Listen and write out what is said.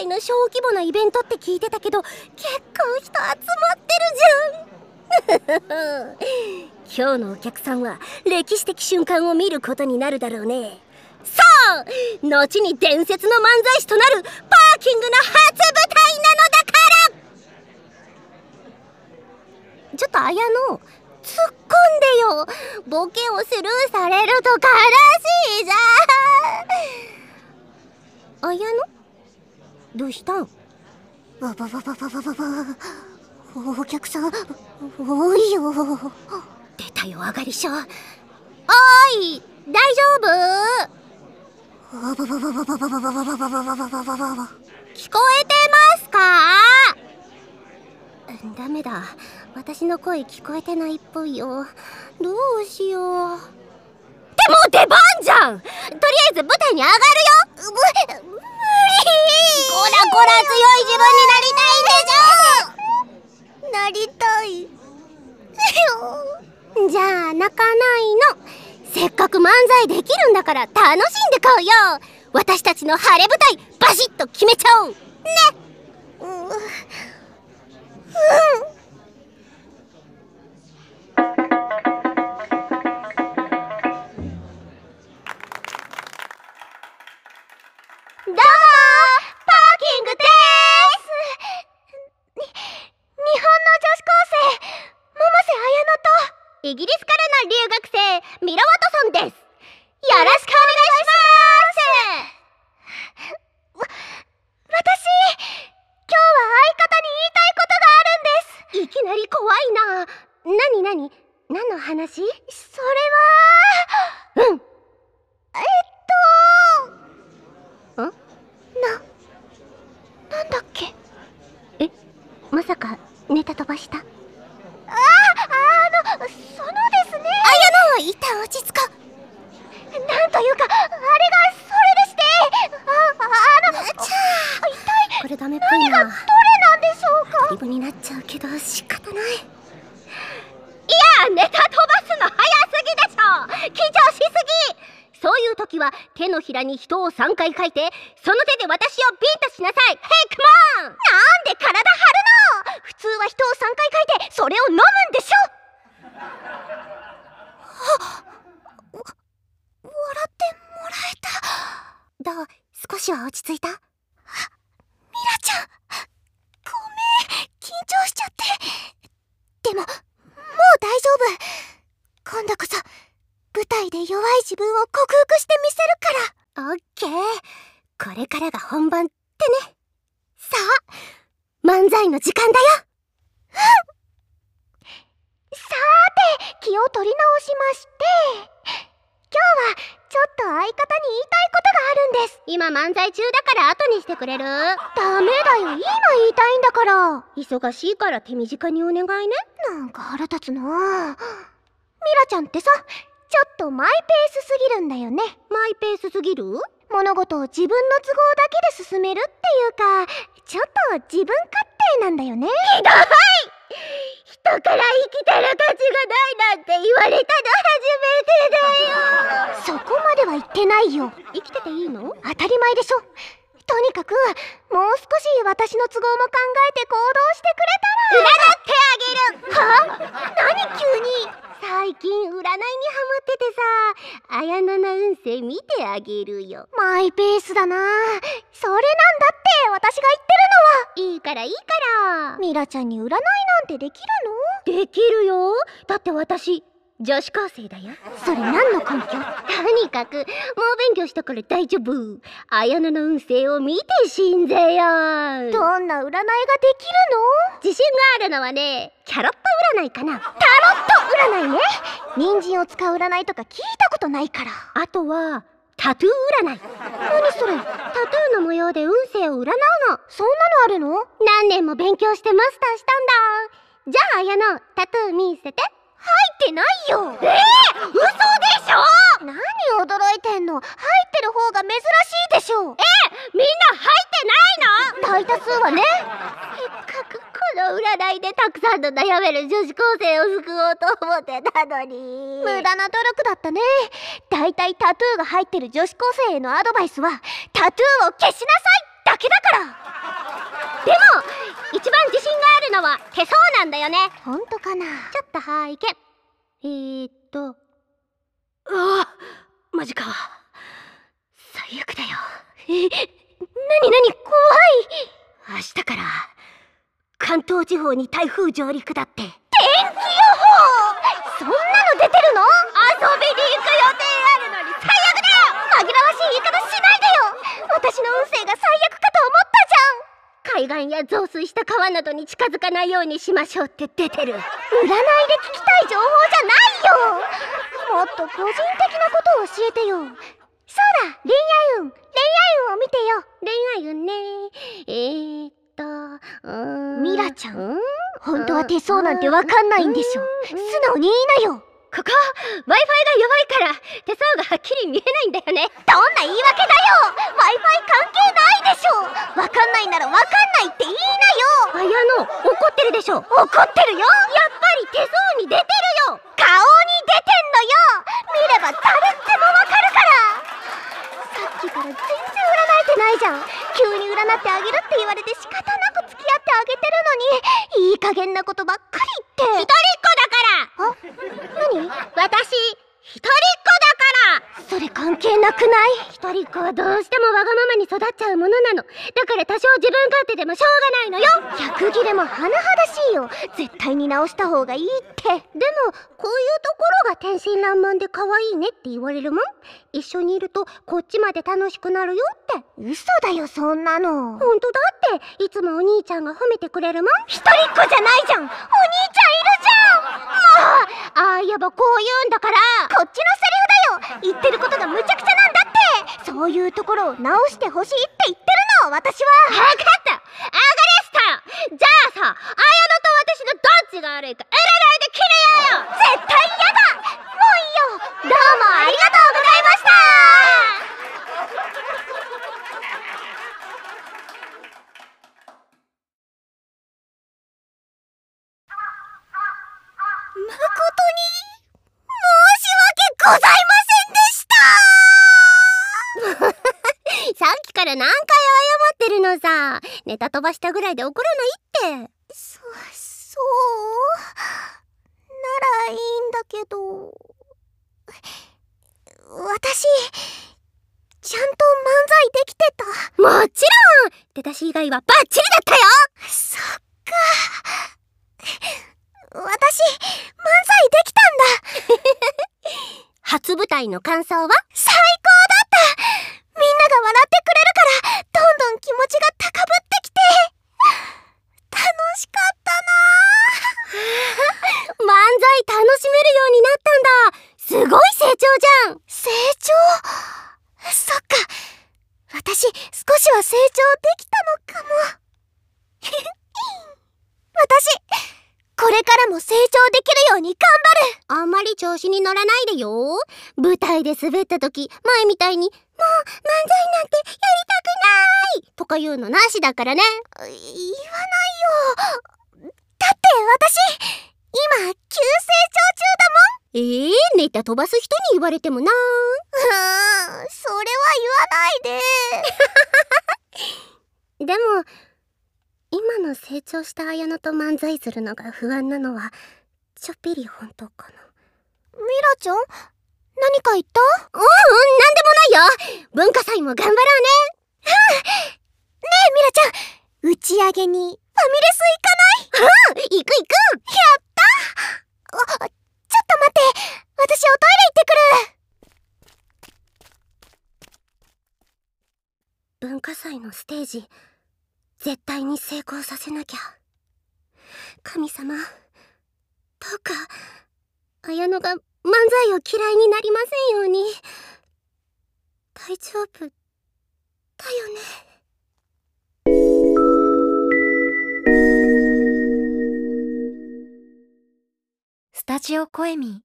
いの小規模なイベントって聞いてたけど結構人集まってるじゃん 今日のお客さんは歴史的瞬間を見ることになるだろうねさあ後に伝説の漫才師となるパーキングの初舞台なのだからちょっと綾野突っ込んでよボケをスルーされると悲しいじゃん綾野どうしたんわわわわわわわお客さん多いよ出たよあがり症おーい大丈わわわわわわわわわわわわわわわわわ夫聞こえてますかうんダメだ私の声聞こえてないっぽいよどうしようでも出番じゃんとりあえず舞台に上がるよ無無理こらこら強い自分になりたいでしょなりたいじゃあ泣かないのせっかく漫才できるんだから楽しんでこうよ私たちの晴れ舞台バシッと決めちゃおうねうんどうもパーキングです日本の女子高生百瀬彩乃とイギリスからの留学生ミラ・ワトソンですよろしくお願いしますわ私今日は相方に言いたいことがあるんですいきなり怖いな何何何の話それはうんえっとんななんだっけえまさかネタ飛ばしたあああのそのですねあやの一旦落ち着こうなんというかあれがそれでしてああのちゃあ一体これダメっぽいな何がどれなんでしょうかリブになっちゃうけど仕方ないいやネタ飛ばすの早すぎでしょ緊張しすぎそういう時は手のひらに人を3回書いてその手で私をビンタしなさいヘイクマンなんで体張るの普通は人を3回書いてそれを飲むんでしょ笑ってもらえたどう少しは落ち着いたミラちゃんごめん緊張しちゃってでももう大丈夫今度こそ舞台で弱い自分を克服してみせるからオッケーこれからが本番ってねさあ漫才の時間だよ さーて気を取り直しまして今日はちょっと相方に言いたいことがあるんです今漫才中だから後にしてくれるダメだよ今言いたいんだから忙しいから手短にお願いねなんか腹立つなミラちゃんってさちょっとマイペースすぎるんだよねマイペースすぎる物事を自分の都合だけで進めるっていうかちょっと自分勝手なんだよねひどい人から生きてる価値がないなんて言われたの初めてだよそこまでは言ってないよ生きてていいの当たり前でしょとにかくもう少し私の都合も考えて行動してくれたら占ってあげるは何急に最近占いにハマっててさ綾菜の運勢見てあげるよマイペースだなそれなんだって私が言ってるのはいいからいいからミラちゃんに占いなんてできるのできるよだって私女子高生だよそれ何の根拠とにかくもう勉強したから大丈夫綾菜の運勢を見て信ぜよどんな占いができるの自信があるのはねキャロット占いかなタロット占いね人参を使う占いとか聞いたことないからあとはタトゥー占い何それタトゥーの模様で運勢を占うのそんなのあるの何年も勉強してマスターしたんだじゃあ綾乃タトゥー見せて入ってないよええ嘘でしょ何驚いてんの入ってる方が珍しいでしょえみんな入ってないの大多数はねせっかくこの占いでたくさんの悩める女子高生を救おうと思ってたのに無駄な努力だったねだいたいタトゥーが入ってる女子高生へのアドバイスはタトゥーを消しなさいだだけだからでも一番自信があるのは手相なんだよね本当かなちょっと拝見えー、っとうわマジか最悪だよえなになに怖い明日から関東地方に台風上陸だって天気予報そんなの出てるの遊びに行く予定あるのに最悪だよ紛らわしい言い方しないでよ私の運勢が最悪かと思ったじゃん海岸や増水した川などに近づかないようにしましょうって出てる占いで聞きたい情報じゃないよもっと個人的なことを教えてよそうだ恋愛運恋愛運を見てよ恋愛運ねえー、っとうーんミラちゃんうー本当は手相なんてわかんないんでしょう素ん直に言いなよここ Wi-Fi が弱いから手相がはっきり見えないんだよねどんな言い訳だよ Wi-Fi 関係ないでしょわかんないならわかんないって言いなよあやの怒ってるでしょ怒ってるよやっぱり手相に出てるよ顔に出てんのよ見れば誰でもわかるからさっきから全然占えてないじゃん急に占ってあげるって言われて仕方なく付き合ってあげてるのにいい加減なことばっかり言って一人っ子だからあ何私一人っ子だからそれ関係なくない一人っ子はどうしてもわがままに育っちゃうものなのだから多少自分勝手でもしょうがないのよ 逆切れも甚だしいよ絶対に直した方がいいってでもこういうところが天真爛漫で可愛いねって言われるもん一緒にいるとこっちまで楽しくなるよって嘘だよそんなの本当だっていつもお兄ちゃんが褒めてくれるもん一人っ子じゃないじゃんお兄ちゃんいるじゃんもうああ言えばこう言うんだからこっちのセリフだよ言ってることがむちゃくちゃなんだってそういうところを直してほしいって言ってるの私は分かったアガレスタじゃあさ綾乃と私のどっちが悪いか占いで決めようよ絶対嫌だもういいよどうもありがとうございました 誠に申し訳ございませんでした さっきから何回謝ってるのさネタ飛ばしたぐらいで怒らないってそそうならいいんだけど私ちゃんと漫才できてたもちろん出だし以外はバッチリだったよそっか私漫才できたんだ 初舞台の感想は最高だったみんなが笑ってくれるからどんどん気持ちが高ぶってきて楽しかった漫才 楽しめるようになったんだすごい成長じゃん成長そっか私少しは成長できたのかも 私これからも成長できるように頑張るあんまり調子に乗らないでよ舞台で滑った時前みたいに「もう漫才なんてやりたくない!」とか言うのなしだからね言わないよだって私今急成長中だもんえー、ネタ飛ばす人に言われて もなうーんそれは言わないで でも今の成長した綾乃と漫才するのが不安なのはちょっぴり本当かなミラちゃん何か言ったうんうんなんでもないよ文化祭も 頑張ろうねミラちゃん打ち上げにファミレスうん行く行く行かないあちょっと待って私おトイレ行ってくる文化祭のステージ絶対に成功させなきゃ神様どうか綾乃が漫才を嫌いになりませんように大丈夫だよねスタジオコエミ